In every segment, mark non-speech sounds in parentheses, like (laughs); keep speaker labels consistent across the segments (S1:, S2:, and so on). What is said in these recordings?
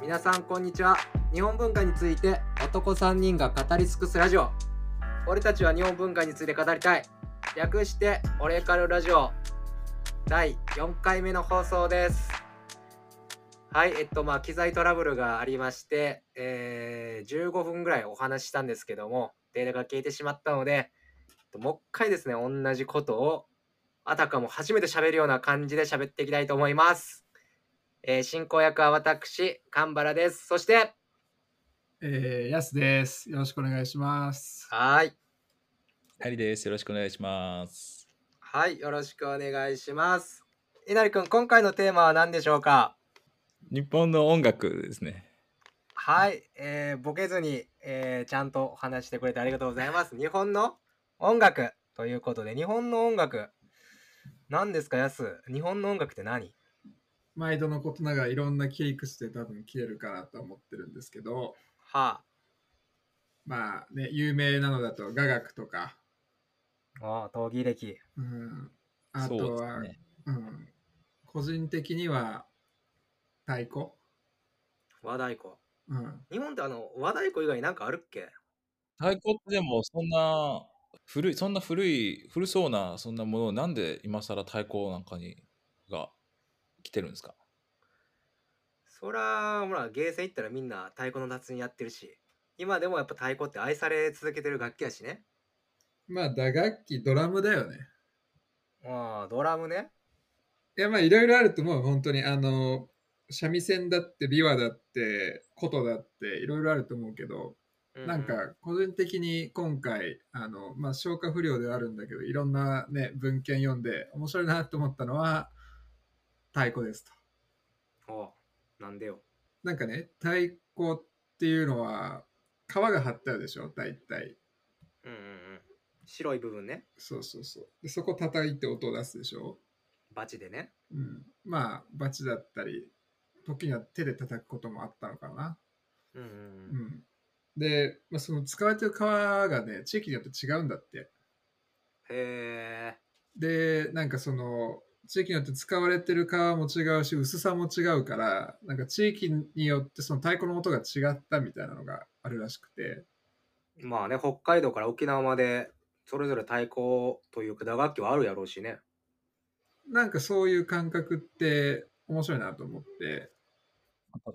S1: 皆さんこんにちは日本文化について男3人が語り尽くすラジオ俺たちは日本文化について語りたい略して「俺からラジオ」第4回目の放送ですはいえっとまあ機材トラブルがありまして、えー15分ぐらいお話ししたんですけどもデータが消えてしまったのでもう一回ですね同じことをあたかも初めて喋るような感じで喋っていきたいと思います、えー進行役は私神原ですそして
S2: えー、やすです。よろしくお願いします。
S1: はーい
S3: ハリです。よろしくお願いします。
S1: はいよろしくお願いしますえなりくん今回のテーマは何でしょうか
S3: 日本の音楽ですね。
S1: はい、えーボケずに、えーちゃんとお話してくれてありがとうございます。日本の音楽ということで、日本の音楽、何ですか、やす日本の音楽って何
S2: 毎度のことながらいろんな切り口で多分消えるかなとは思ってるんですけど、
S1: は
S2: まあね、有名なのだと雅楽とか、
S1: あ、おー闘技歴。
S2: うん、あと
S3: そう
S2: は、
S3: ですね。
S2: うん、個人的には太鼓、
S1: 和太鼓。
S2: うん、
S1: 日本ってあの、和太鼓以外なんかあるっけ
S3: 太鼓ってでもそんな古いそんな古い古そうなそんなものをなんで今更太鼓なんかにが来てるんですか。
S1: そら、ほら、ゲーセン行ったらみんな太鼓の達人やってるし、今でもやっぱ太鼓って愛され続けてる楽器やしね。
S2: まあ打楽器、ドラムだよね。
S1: ああ、ドラムね。
S2: いやまあいろいろあると思う、本当に。あの、三味線だって、琵琶だって、琴だって、いろいろあると思うけど、
S1: う
S2: なんか、個人的に今回あの、まあ、消化不良ではあるんだけどいろんな、ね、文献読んで面白いなと思ったのは太鼓ですと。
S1: おうなんでよ。
S2: なんかね太鼓っていうのは皮が張ってあるでしょ大体
S1: うんうんうん。白い部分ね。
S2: そうそうそうでそこ叩いて音を出すでしょ、
S1: バチでね。
S2: うん、まあバチだったり時には手で叩くこともあったのかな、
S1: うんうん
S2: う
S1: うん。
S2: ん、で、まあ、その使われてる皮がね地域によって違うんだって
S1: へえ。
S2: でなんかその地域によって使われてる皮も違うし薄さも違うからなんか地域によってその太鼓の音が違ったみたいなのがあるらしくて
S1: まあね、北海道から沖縄まで、それぞれ太鼓というか打楽器はあるやろうしね。
S2: なんかそういう感覚って面白いなと思って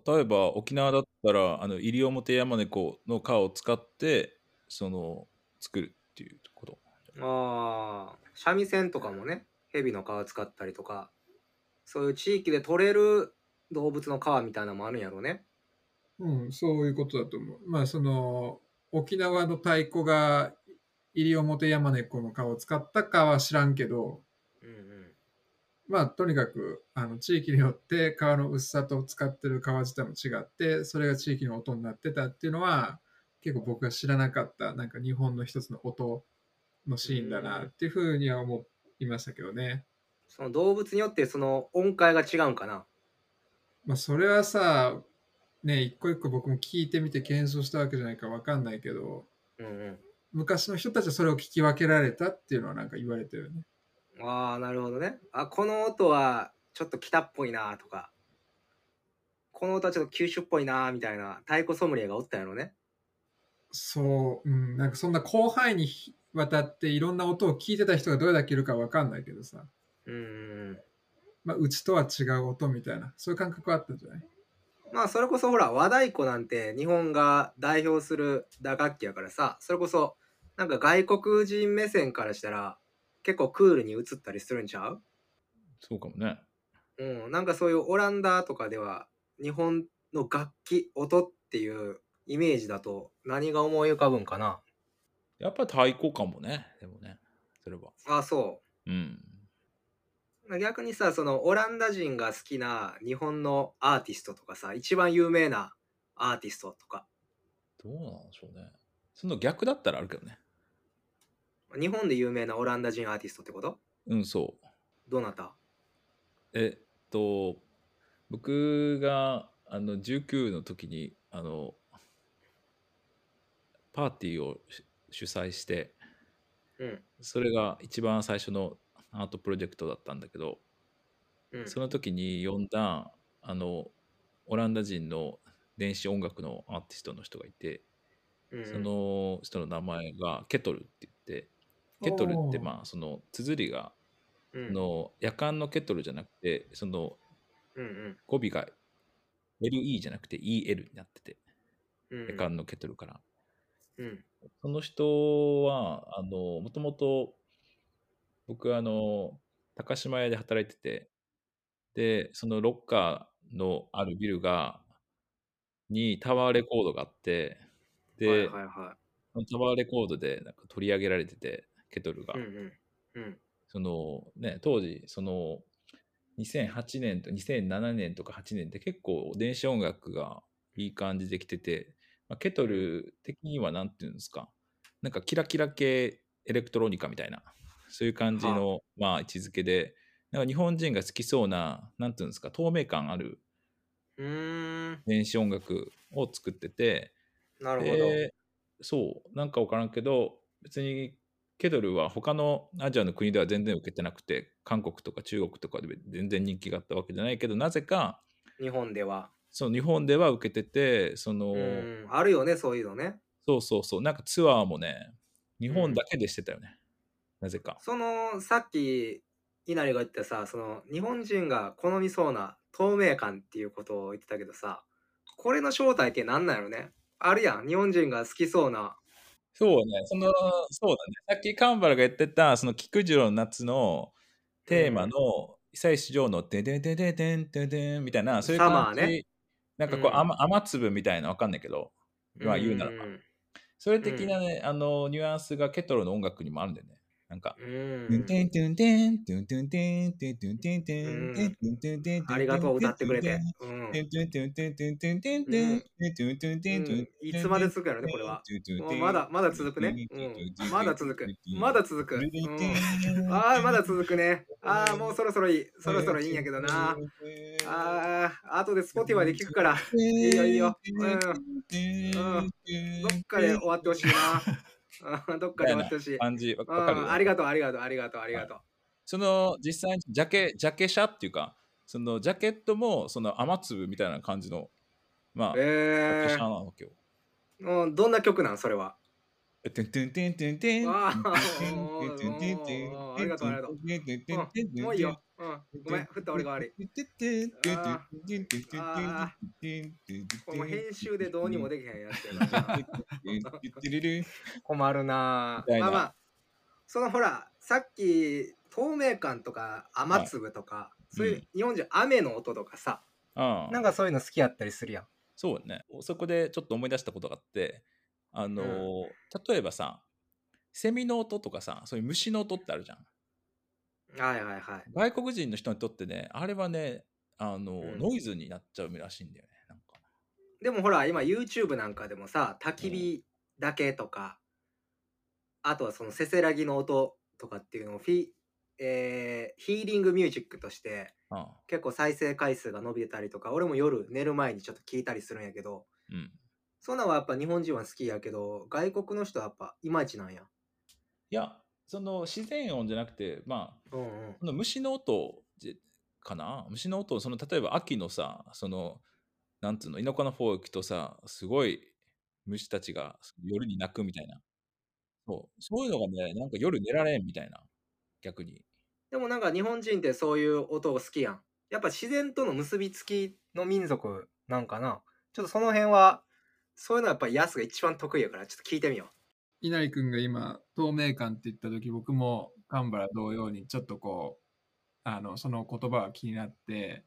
S3: 例えば沖縄だったらあの西表山猫の皮を使ってその作るっていうこと。
S1: ああ、三味線とかもね、蛇の皮使ったりとか、そういう地域で取れる動物の皮みたいなのもあるんやろうね。
S2: うんそういうことだと思うまあその沖縄の太鼓が西表山猫の皮を使ったかは知らんけど
S1: うんうん。
S2: まあとにかくあの地域によって川の薄さと使ってる川自体も違ってそれが地域の音になってたっていうのは結構僕が知らなかったなんか日本の一つの音のシーンだなっていうふうには思いましたけどね。
S1: その動物によってその音階が違うんかな。
S2: まあ、それはさね一個一個僕も聞いてみて検証したわけじゃないから分かんないけど
S1: うんうん。
S2: 昔の人たちはそれを聞き分けられたっていうのはなんか言われてるよね。
S1: ああ、なるほどね。あ、この音はちょっと北っぽいなとか、この音はちょっと九州っぽいなみたいな太鼓ソムリエがおったんやろうね。
S2: そう、うん、なんかそんな広範囲にわたっていろんな音を聞いてた人がどれだけいるか分かんないけどさ。
S1: うんうんうん。
S2: まあ、うちとは違う音みたいな、そういう感覚はあったんじゃない
S1: まあそれこそほら和太鼓なんて日本が代表する打楽器やからさそれこそなんか外国人目線からしたら結構クールに映ったりするんちゃう
S3: そうかもね。
S1: うんなんかそういうオランダとかでは日本の楽器音っていうイメージだと何が思い浮かぶんかな
S3: やっぱり太鼓かもね。でもね。それは。
S1: あそ
S3: うん。
S1: う逆にさそのオランダ人が好きな日本のアーティストとかさ一番有名なアーティストとか
S3: どうなんでしょうね。その逆だったらあるけどね。
S1: 日本で有名なオランダ人アーティストってこと
S3: うん、そう。
S1: どなた
S3: えっと、僕があの19の時にあのパーティーをし主催して、
S1: うん
S3: それが一番最初のアートプロジェクトだったんだけど、
S1: うん
S3: その時に呼んだあのオランダ人の電子音楽のアーティストの人がいて、
S1: うん
S3: その人の名前がケトルって言って、ケトルってまあその綴りが
S1: うん
S3: の夜間のケトルじゃなくてその
S1: うん
S3: 語尾が LE じゃなくて EL になってて
S1: うんうん
S3: 夜間のケトルから、
S1: うん
S3: その人はあのもともと僕あの高島屋で働いててでそのロッカーのあるビルがにタワーレコードがあってで、
S1: はいはいは
S3: そのタワーレコードでなんか取り上げられててケトルが、
S1: いうんうんうん
S3: そのね、当時その2008年と2007年とか8年って結構電子音楽がいい感じできてて、まあ、ケトル的には何て言うんですかなんかキラキラ系エレクトロニカみたいなそういう感じの、まあ、位置づけでなんか日本人が好きそうな何て言うんですか透明感ある
S1: うーん
S3: 電子音楽を作ってて
S1: なるほど、
S3: でそうなんか分からんけど別にケドルは他のアジアの国では全然受けてなくて韓国とか中国とかで全然人気があったわけじゃないけどなぜか
S1: 日本では
S3: その日本では受けててその、
S1: うんあるよねそういうのね
S3: そうそうそうなんかツアーもね日本だけでしてたよね、なぜか
S1: そのさっき稲荷が言ってたさその日本人が好みそうな透明感っていうことを言ってたけどさこれの正体って何なんやろねあるやん日本人が好きそうな
S3: そうねそのそうだねさっきカンバラが言ってたその菊次郎の夏のテーマの久石譲の「デデデデデンデデン」みたいなそういう感じ
S1: サマーね
S3: なんかこう、
S1: うん
S3: 雨雨粒みたいなわかんないけどまあ言うならば、
S1: ん
S3: それ的なね、あのニュアンスがケトロの音楽にもあるんだよねなんか
S1: うん
S3: トゥンテントゥンテントゥントゥンテントゥントゥンテンテンテントゥントゥンテン
S1: ありがとう歌ってくれて、う
S3: ト
S1: ん
S3: ゥントゥンテントゥンテンテンテンテントゥントゥンテントゥン
S1: うんいつまで続くやろねこれはもうまだまだ続くね、うん、まだ続くまだ続く、うん、ああまだ続くねああもうそろそろいいそろそろいいんやけどなああ後で Spotify で聞くから
S3: いい
S1: いよいいようん
S3: うん
S1: どっかで終わってほしいなうんどっかで終わってほしい
S3: 感じわ
S1: う
S3: わかる
S1: んありがとうありがとうありがとうありがとう
S3: その実際にジャケジャケ写っていうかそのジャケットもその雨粒みたいな感じのまあ、ジャ
S1: え
S3: ケ写なわけよ。
S1: えうんどんな曲なんそれは
S3: トゥントゥントゥントゥントゥン
S1: わあ
S3: トゥントゥントゥントゥン
S1: おーおーおーありがとうありがとううんもういいようんごめん振った俺が悪いああこれもう編集でどうにもできへんやつや
S3: (laughs)
S1: な困るな
S3: みたい
S1: ぁ
S3: な
S1: まあまあそのほらさっき透明感とか雨粒とか、そういう、
S3: うん
S1: 日本人雨の音とかさ
S3: あ
S1: なんかそういうの好きやったりするやん
S3: そうね。そこでちょっと思い出したことがあって、あのー例えばさ、セミの音とかさ、そういう虫の音ってあるじゃん。
S1: はいはいはい
S3: 外国人の人にとってね、あれはね、あのー
S1: うん
S3: ノイズになっちゃうらしいんだよね。なんか
S1: でもほら今 YouTube なんかでもさ焚き火だけとか、あとはそのせせらぎの音とかっていうのをフィ、えーヒーリングミュージックとして
S3: ああ
S1: 結構再生回数が伸びてたりとか俺も夜寝る前にちょっと聞いたりするんやけど
S3: うん、
S1: そんなんはやっぱ日本人は好きやけど外国の人はやっぱいまいちなんや
S3: いや、その自然音じゃなくて、まあ、
S1: うんうん
S3: その虫の音じかな虫の音、その例えば秋のさ、その、なんつうの、田舎の方行くとさ、すごい虫たちが夜に鳴くみたいな。そうそういうのがね、なんか夜寝られんみたいな、逆に。
S1: でもなんか日本人ってそういう音を好きやんやっぱ自然との結びつきの民族なんかなちょっとその辺はそういうのはやっぱりヤスが一番得意やからちょっと聞いてみよう
S2: 稲荷君が今透明感って言った時僕もカンバラ同様にちょっとこうあのその言葉が気になって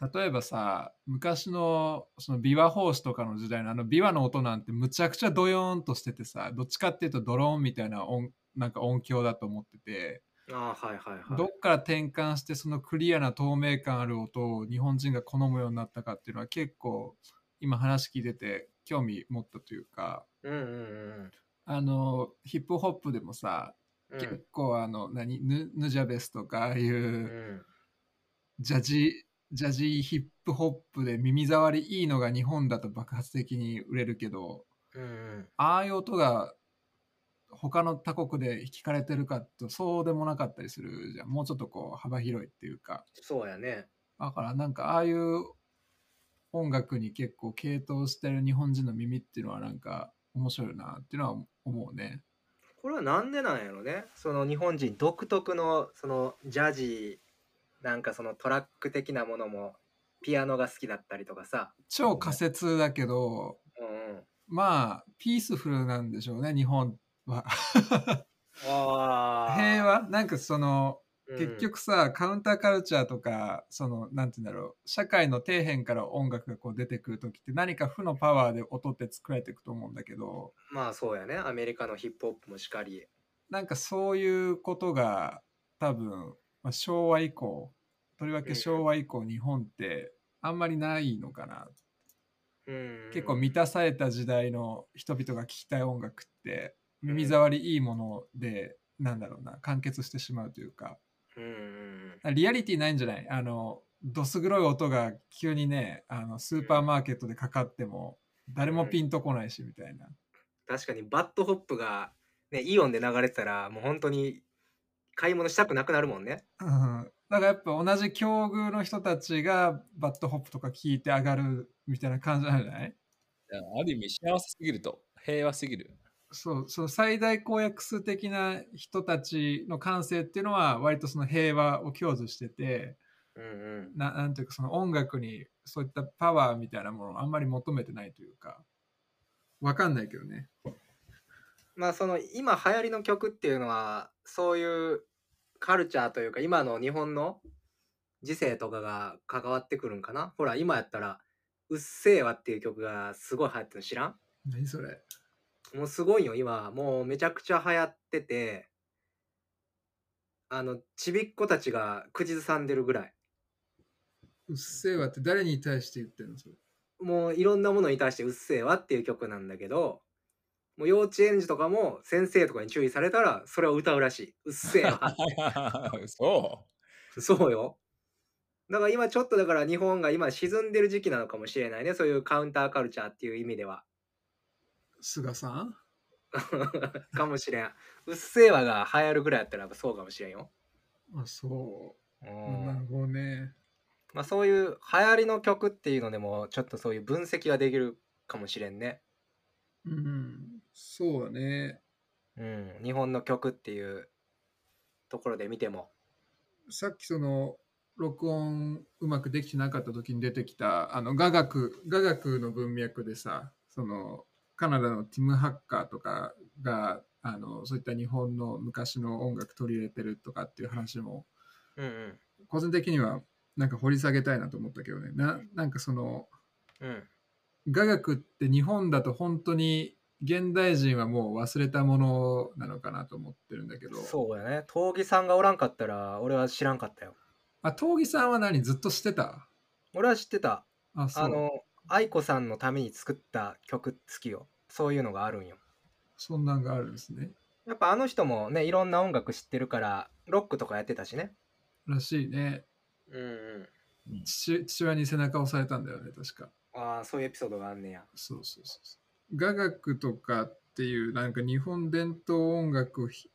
S2: 例えばさ昔のその琵琶法師とかの時代のあの琵琶の音なんてむちゃくちゃドヨーンとしててさどっちかっていうとドローンみたいな音なんか音響だと思ってて
S1: ああはいはいはい
S2: どっから転換してそのクリアな透明感ある音を日本人が好むようになったかっていうのは結構今話聞いてて興味持ったというか
S1: うんうんうん
S2: あのヒップホップでもさ
S1: うん
S2: 結構あの何ヌヌジャベスとかああいううんジャジジャジーヒップホップで耳障りいいのが日本だと爆発的に売れるけど
S1: うんうん
S2: ああいう音が他の他国で聞かれてるかとそうでもなかったりするじゃんもうちょっとこう幅広いっていうか
S1: そうやね
S2: だからなんかああいう音楽に結構傾倒してる日本人の耳っていうのはなんか面白いなっていうのは思うね。
S1: これはなんでなんやろねその日本人独特のそのジャジーなんかそのトラック的なものもピアノが好きだったりとかさ、
S2: 超仮説だけど、
S1: うんうん、
S2: まあ、ピースフルなんでしょうね、日本は。
S1: あー
S2: 平和なんかその、
S1: うん
S2: 結局さ、カウンターカルチャーとか、その、なんて言うんだろう、社会の底辺から音楽がこう出てくるときって何か負のパワーで音って作られていくと思うんだけど、
S1: まあそうやねアメリカのヒップホップもしかり
S2: なんかそういうことが多分、まあ、昭和以降、とりわ
S1: うん
S2: け昭和以降日本ってあんまりないのかな。
S1: うん
S2: 結構満たされた時代の人々が聴きたい音楽って耳障りいいもので、なんだろうな、完結してしまうというか。
S1: うんうん
S2: リアリティないんじゃないあの、どす黒い音が急にね、あの、スーパーマーケットでかかっても、誰もピンとこないし、みたいな。
S1: 確かにバッドホップが、ね、イオンで流れてたらもう本当に買い物したくなくなるもんね
S2: うん。だからやっぱ同じ境遇の人たちがバッドホップとか聞いて上がるみたいな感じなんじゃない
S3: いやある意味幸せすぎると平和すぎる (laughs)
S2: そう、その最大公約数的な人たちの感性っていうのは、割とその平和を享受してて、
S1: うんうん
S2: ななんていうかその音楽にそういったパワーみたいなものをあんまり求めてないというか、わかんないけどね。
S1: まあその今流行りの曲っていうのはそういうカルチャーというか今の日本の時世とかが関わってくるんかなほら今やったら「うっせぇわ」っていう曲がすごい流行ってるの知らん
S2: 何それ
S1: もうすごいよ今もうめちゃくちゃ流行っててあのちびっ子たちが口ずさんでるぐらいう
S2: っせぇわって誰に対して言ってんのそれ。
S1: もういろんなものに対して「うっせぇわ」っていう曲なんだけどもう幼稚園児とかも先生とかに注意されたらそれを歌うらしい「うっせぇわ」
S3: そ
S1: そうよ。だから今ちょっとだから日本が今沈んでる時期なのかもしれないね。そういうカウンターカルチャーっていう意味では。 (laughs)
S2: 菅さん
S1: かもしれん。うっせぇわが流行るぐらいやったらやっぱそうかもしれんよ。
S2: あ、そう。
S1: うん
S2: なるほどね。
S1: まあそういう流行りの曲っていうのでもちょっとそういう分析ができるかもしれんね。
S2: うん。そうだね。
S1: うん。日本の曲っていうところで見ても。
S2: さっきその、録音うまくできてなかった時に出てきた、あの、雅楽、雅楽の文脈でさ、その、カナダのティム・ハッカーとかが、あの、そういった日本の昔の音楽取り入れてるとかっていう話も
S1: うんうん。
S2: 個人的にはなんか掘り下げたいなと思ったけどねななんかその
S1: うん。
S2: 雅楽って日本だと本当に現代人はもう忘れたものなのかなと思ってるんだけど
S1: そうやね。闘技さんがおらんかったら俺は知らんかったよ。
S2: あ闘技さんは何ずっとしてた
S1: 俺は知ってた。
S2: あそう
S1: あの、愛子さんのために作った曲好きよ。そういうのがあるんよ。
S2: そんなんがあるんですね
S1: やっぱあの人もね、いろんな音楽知ってるから、ロックとかやってたしね。
S2: らしいね
S1: うんうん。
S2: 父父親に背中を押されたんだよね確か
S1: ああ、そういうエピソードがあんねや。
S2: そうそうそうそう雅楽とかっていうなんか日本伝統音楽をひ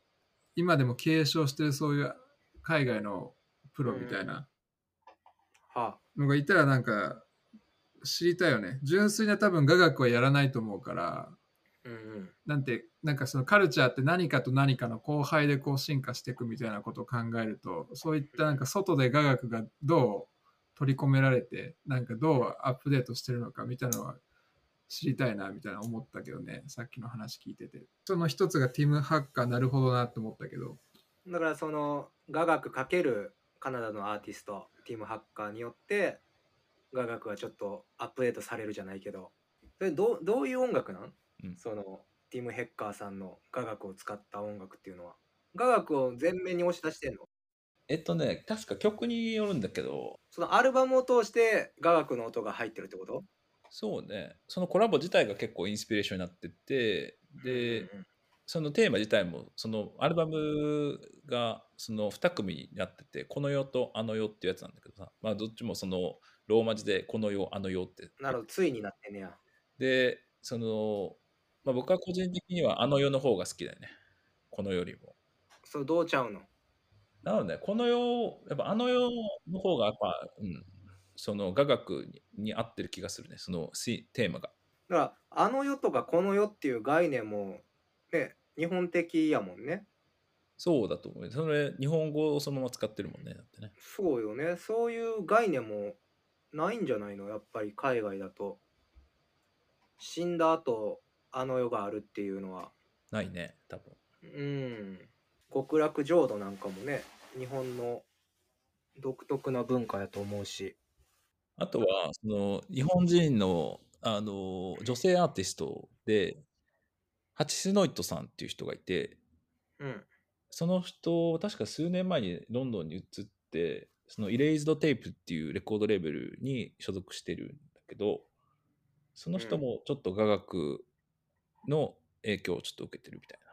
S2: 今でも継承してるそういう海外のプロみたいな、
S1: は
S2: のがいたらなんか知りたいよね。純粋な多分雅楽はやらないと思うから、
S1: あ。うんうん。
S2: なんて、なんかそのカルチャーって何かと何かの交配でこう進化していくみたいなことを考えると、そういったなんか外で雅楽がどう取り込められて、なんかどうアップデートしてるのかみたいなのは知りたいなみたいな思ったけどね、さっきの話聞いてて。その一つがティム・ハッカーなるほどなと思ったけど、
S1: だからその、雅楽かけるカナダのアーティスト、ティム・ハッカーによって、雅楽はちょっとアップデートされるじゃないけど、それどうどういう音楽なん、
S3: うん
S1: その、ティム・ヘッカーさんの雅楽を使った音楽っていうのは。雅楽を前面に押し出してんの
S3: うえっとね確か曲によるんだけど
S1: そのアルバムを通して雅楽の音が入ってるってこと
S3: そうねそのコラボ自体が結構インスピレーションになっててでそのテーマ自体もそのアルバムがその2組になってて「この世」と「あの世」っていうやつなんだけどさ、まあ、どっちもそのローマ字で「この世」「あの世」って
S1: なるほど、ついになってんねや。
S3: でその、まあ、僕は個人的には「あの世」の方が好きだよねこの世よりも
S1: それどうちゃうの
S3: なのでこの世やっぱ「あの世」の方がやっぱ、うん、その雅楽にに合ってる気がするねそのしテーマが
S1: だからあの世とかこの世っていう概念もね日本的やもんね
S3: そうだと思うそれ日本語をそのまま使ってるもんねだってね
S1: そうよねそういう概念もないんじゃないのやっぱり海外だと死んだ後あの世があるっていうのは
S3: ないね多分
S1: うん極楽浄土なんかもね日本の独特な文化やと思うし
S3: あとはその日本人のあの女性アーティストでハチスノイトさんっていう人がいて
S1: うん
S3: その人確か数年前にロンドンに移ってそのイレイズドテープっていうレコードレーベルに所属してるんだけどその人
S1: うん
S3: もちょっと雅楽の影響をちょっと受けてるみたいな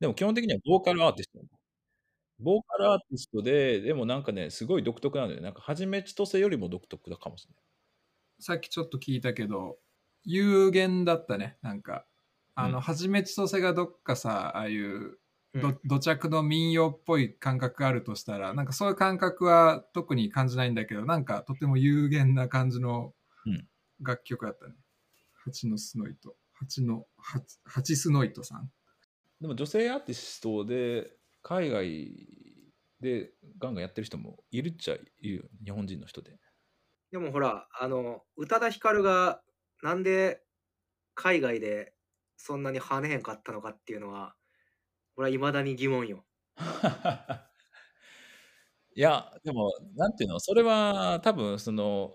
S3: でも基本的にはボーカルアーティストボーカルアーティストででもなんかねすごい独特なんだよねなんかはじめ千歳よりも独特だかもしれない
S2: さっきちょっと聞いたけど、有限だったね、なんか。あ
S3: う
S2: の、
S3: ん
S2: はじめちそせがどっかさ、ああいう、
S1: うん
S2: ど土着の民謡っぽい感覚があるとしたら、なんかそういう感覚は特に感じないんだけど、なんかとても有限な感じの
S3: うん
S2: 楽曲だったね。蜂のスノイト。蜂の、蜂蜂スノイトさん。
S3: でも女性アーティストで海外でガンガンやってる人もいるっちゃいるよね日本人の人で
S1: (laughs) でもほらあの宇多田ヒカルがなんで海外でそんなに跳ねへんかったのかっていうのは俺はいまだに疑問よ。
S3: いやでもなんていうのそれは多分その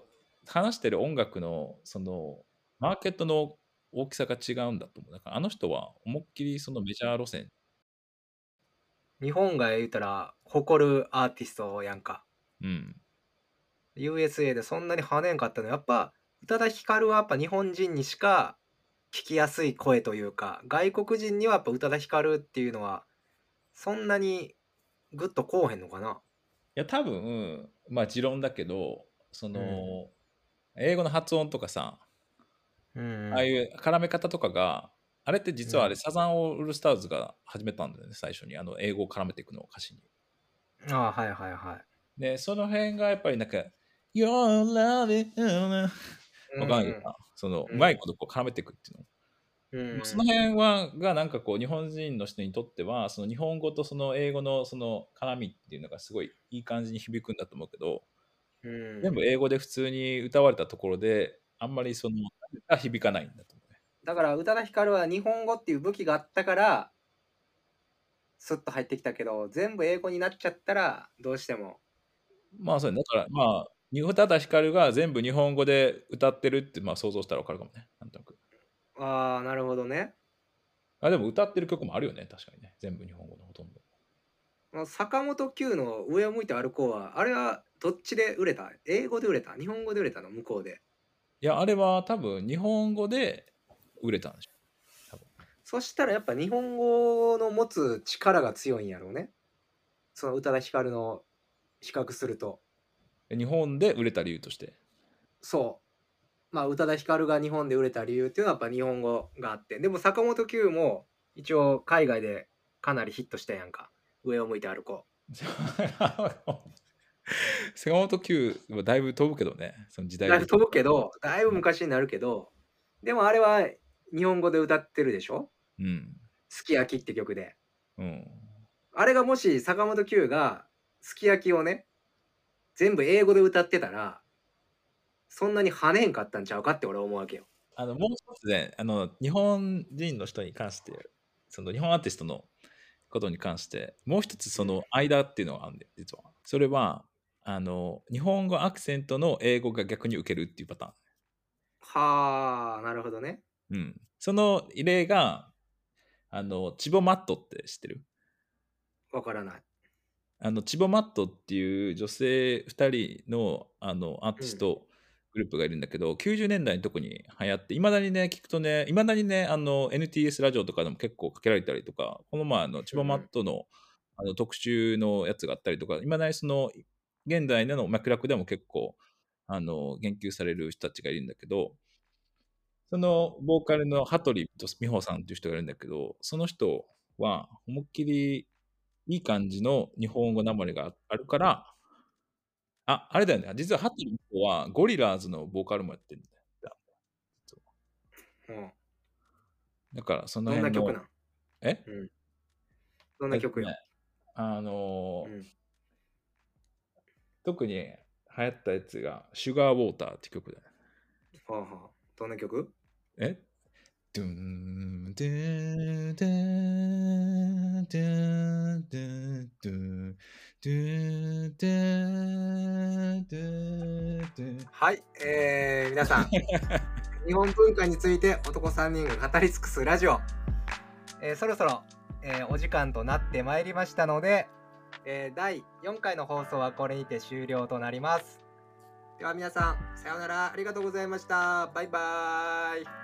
S3: 話してる音楽のそのマーケットの大きさが違うんだと思うだからあの人は思いっきりそのメジャー路線
S1: 日本が言うたら誇るアーティストやんか。
S3: うん
S1: USA でそんなに跳ねんかったのやっぱ宇多田ヒカルはやっぱ日本人にしか聞きやすい声というか外国人にはやっぱ宇多田ヒカルっていうのはそんなにグッとこうへんのかな。
S3: いや多分まあ持論だけどその、
S1: うん
S3: 英語の発音とかさ
S1: うん
S3: ああいう絡め方とかがあれって実はあ
S1: う
S3: れ、
S1: ん
S3: サザンオールスターズが始めたんだよね最初にあの英語を絡めていくのを歌詞に。
S1: ああはいはいは
S3: でその辺がやっぱりなんか「Your love is love」
S1: い。
S3: わかんないよなその
S1: うん
S3: うまいことこう絡めていくっていうの、
S1: うんうん
S3: その辺はがなんかこう日本人の人にとってはその日本語とその英語のその絡みっていうのがすごいいい感じに響くんだと思うけど
S1: うん
S3: 全部英語で普通に歌われたところであんまりそのが響かないんだと思うね
S1: だから宇多田ヒカルは日本語っていう武器があったからスッと入ってきたけど全部英語になっちゃったらどうしても
S3: まあそうねだからまあ宇多田ヒカルが全部日本語で歌ってるってまあ想像したらわかるかもねなんとなく
S1: ああなるほどね
S3: あでも歌ってる曲もあるよね確かにね全部日本語のほとんど
S1: まあ坂本九の「上を向いて歩こうは」あれはどっちで売れた英語で売れた日本語で売れたの向こうで
S3: いやあれは多分日本語で売れたんでしょ
S1: そしたらやっぱ日本語の持つ力が強いんやろうねその宇多田ヒカルの比較すると
S3: 日本で売れた理由として (laughs)
S1: そうまあ宇多田ヒカルが日本で売れた理由っていうのはやっぱ日本語があってでも坂本九も一応海外でかなりヒットしたやんか上を向いて歩こ
S3: 坂本九はだいぶ飛ぶけどね、その時
S1: う
S3: 代
S1: だいぶ飛ぶけどだいぶ昔になるけどでもあれは日本語で歌ってるでしょ
S3: うん。
S1: 「すき焼き」って曲で
S3: うん。
S1: あれがもし坂本九がすき焼きをね全部英語で歌ってたらそんなに跳ねへんかったんちゃうかって俺は思うわけよ
S3: あの、もう一つね、あの、日本人の人に関して、その日本アーティストのことに関して、もう一つその間っていうのがあるんで、実は。それは、あの、日本語アクセントの英語が逆に受けるっていうパターン。
S1: はあなるほどね
S3: うん、その例があのチボマットって知ってる
S1: わからない
S3: あのチボマットっていう女性2人のあのアーティストグループがいるんだけど、90年代に特に流行っていまだにね聞くとねいまだにねあの NTS ラジオとかでも結構かけられたりとかこの前あのチボマットの,、あの特集のやつがあったりとかいまだにその現代での脈絡でも結構あの言及される人たちがいるんだけどそのボーカルの羽鳥美穂さんっていう人がいるんだけどその人は思いっきりいい感じの日本語なまりがあるからあ、あれだよね。実はハッテルの方はゴリラーズのボーカルもやってるんだよ。
S1: うん
S3: だからその
S1: どんな
S3: 辺の。
S1: 曲なん
S3: え
S1: うん、どんな曲よ、
S3: えっとねあの
S1: う
S3: ー
S1: ん、
S3: 特に流行ったやつが「シュガーウォーター」って曲だよね。
S1: はあはあ、どんな曲
S3: えドゥンドゥンドゥンドゥンドゥンドゥンドゥンドゥンドゥンドゥン
S1: はい、えー、皆 (laughs) さん日本文化について男3人が語り尽くすラジオ、えーそろそろ、えーお時間となってまいりましたので、えー第4回の放送はこれにて終了となりますでは皆さんさようならありがとうございましたバイバーイ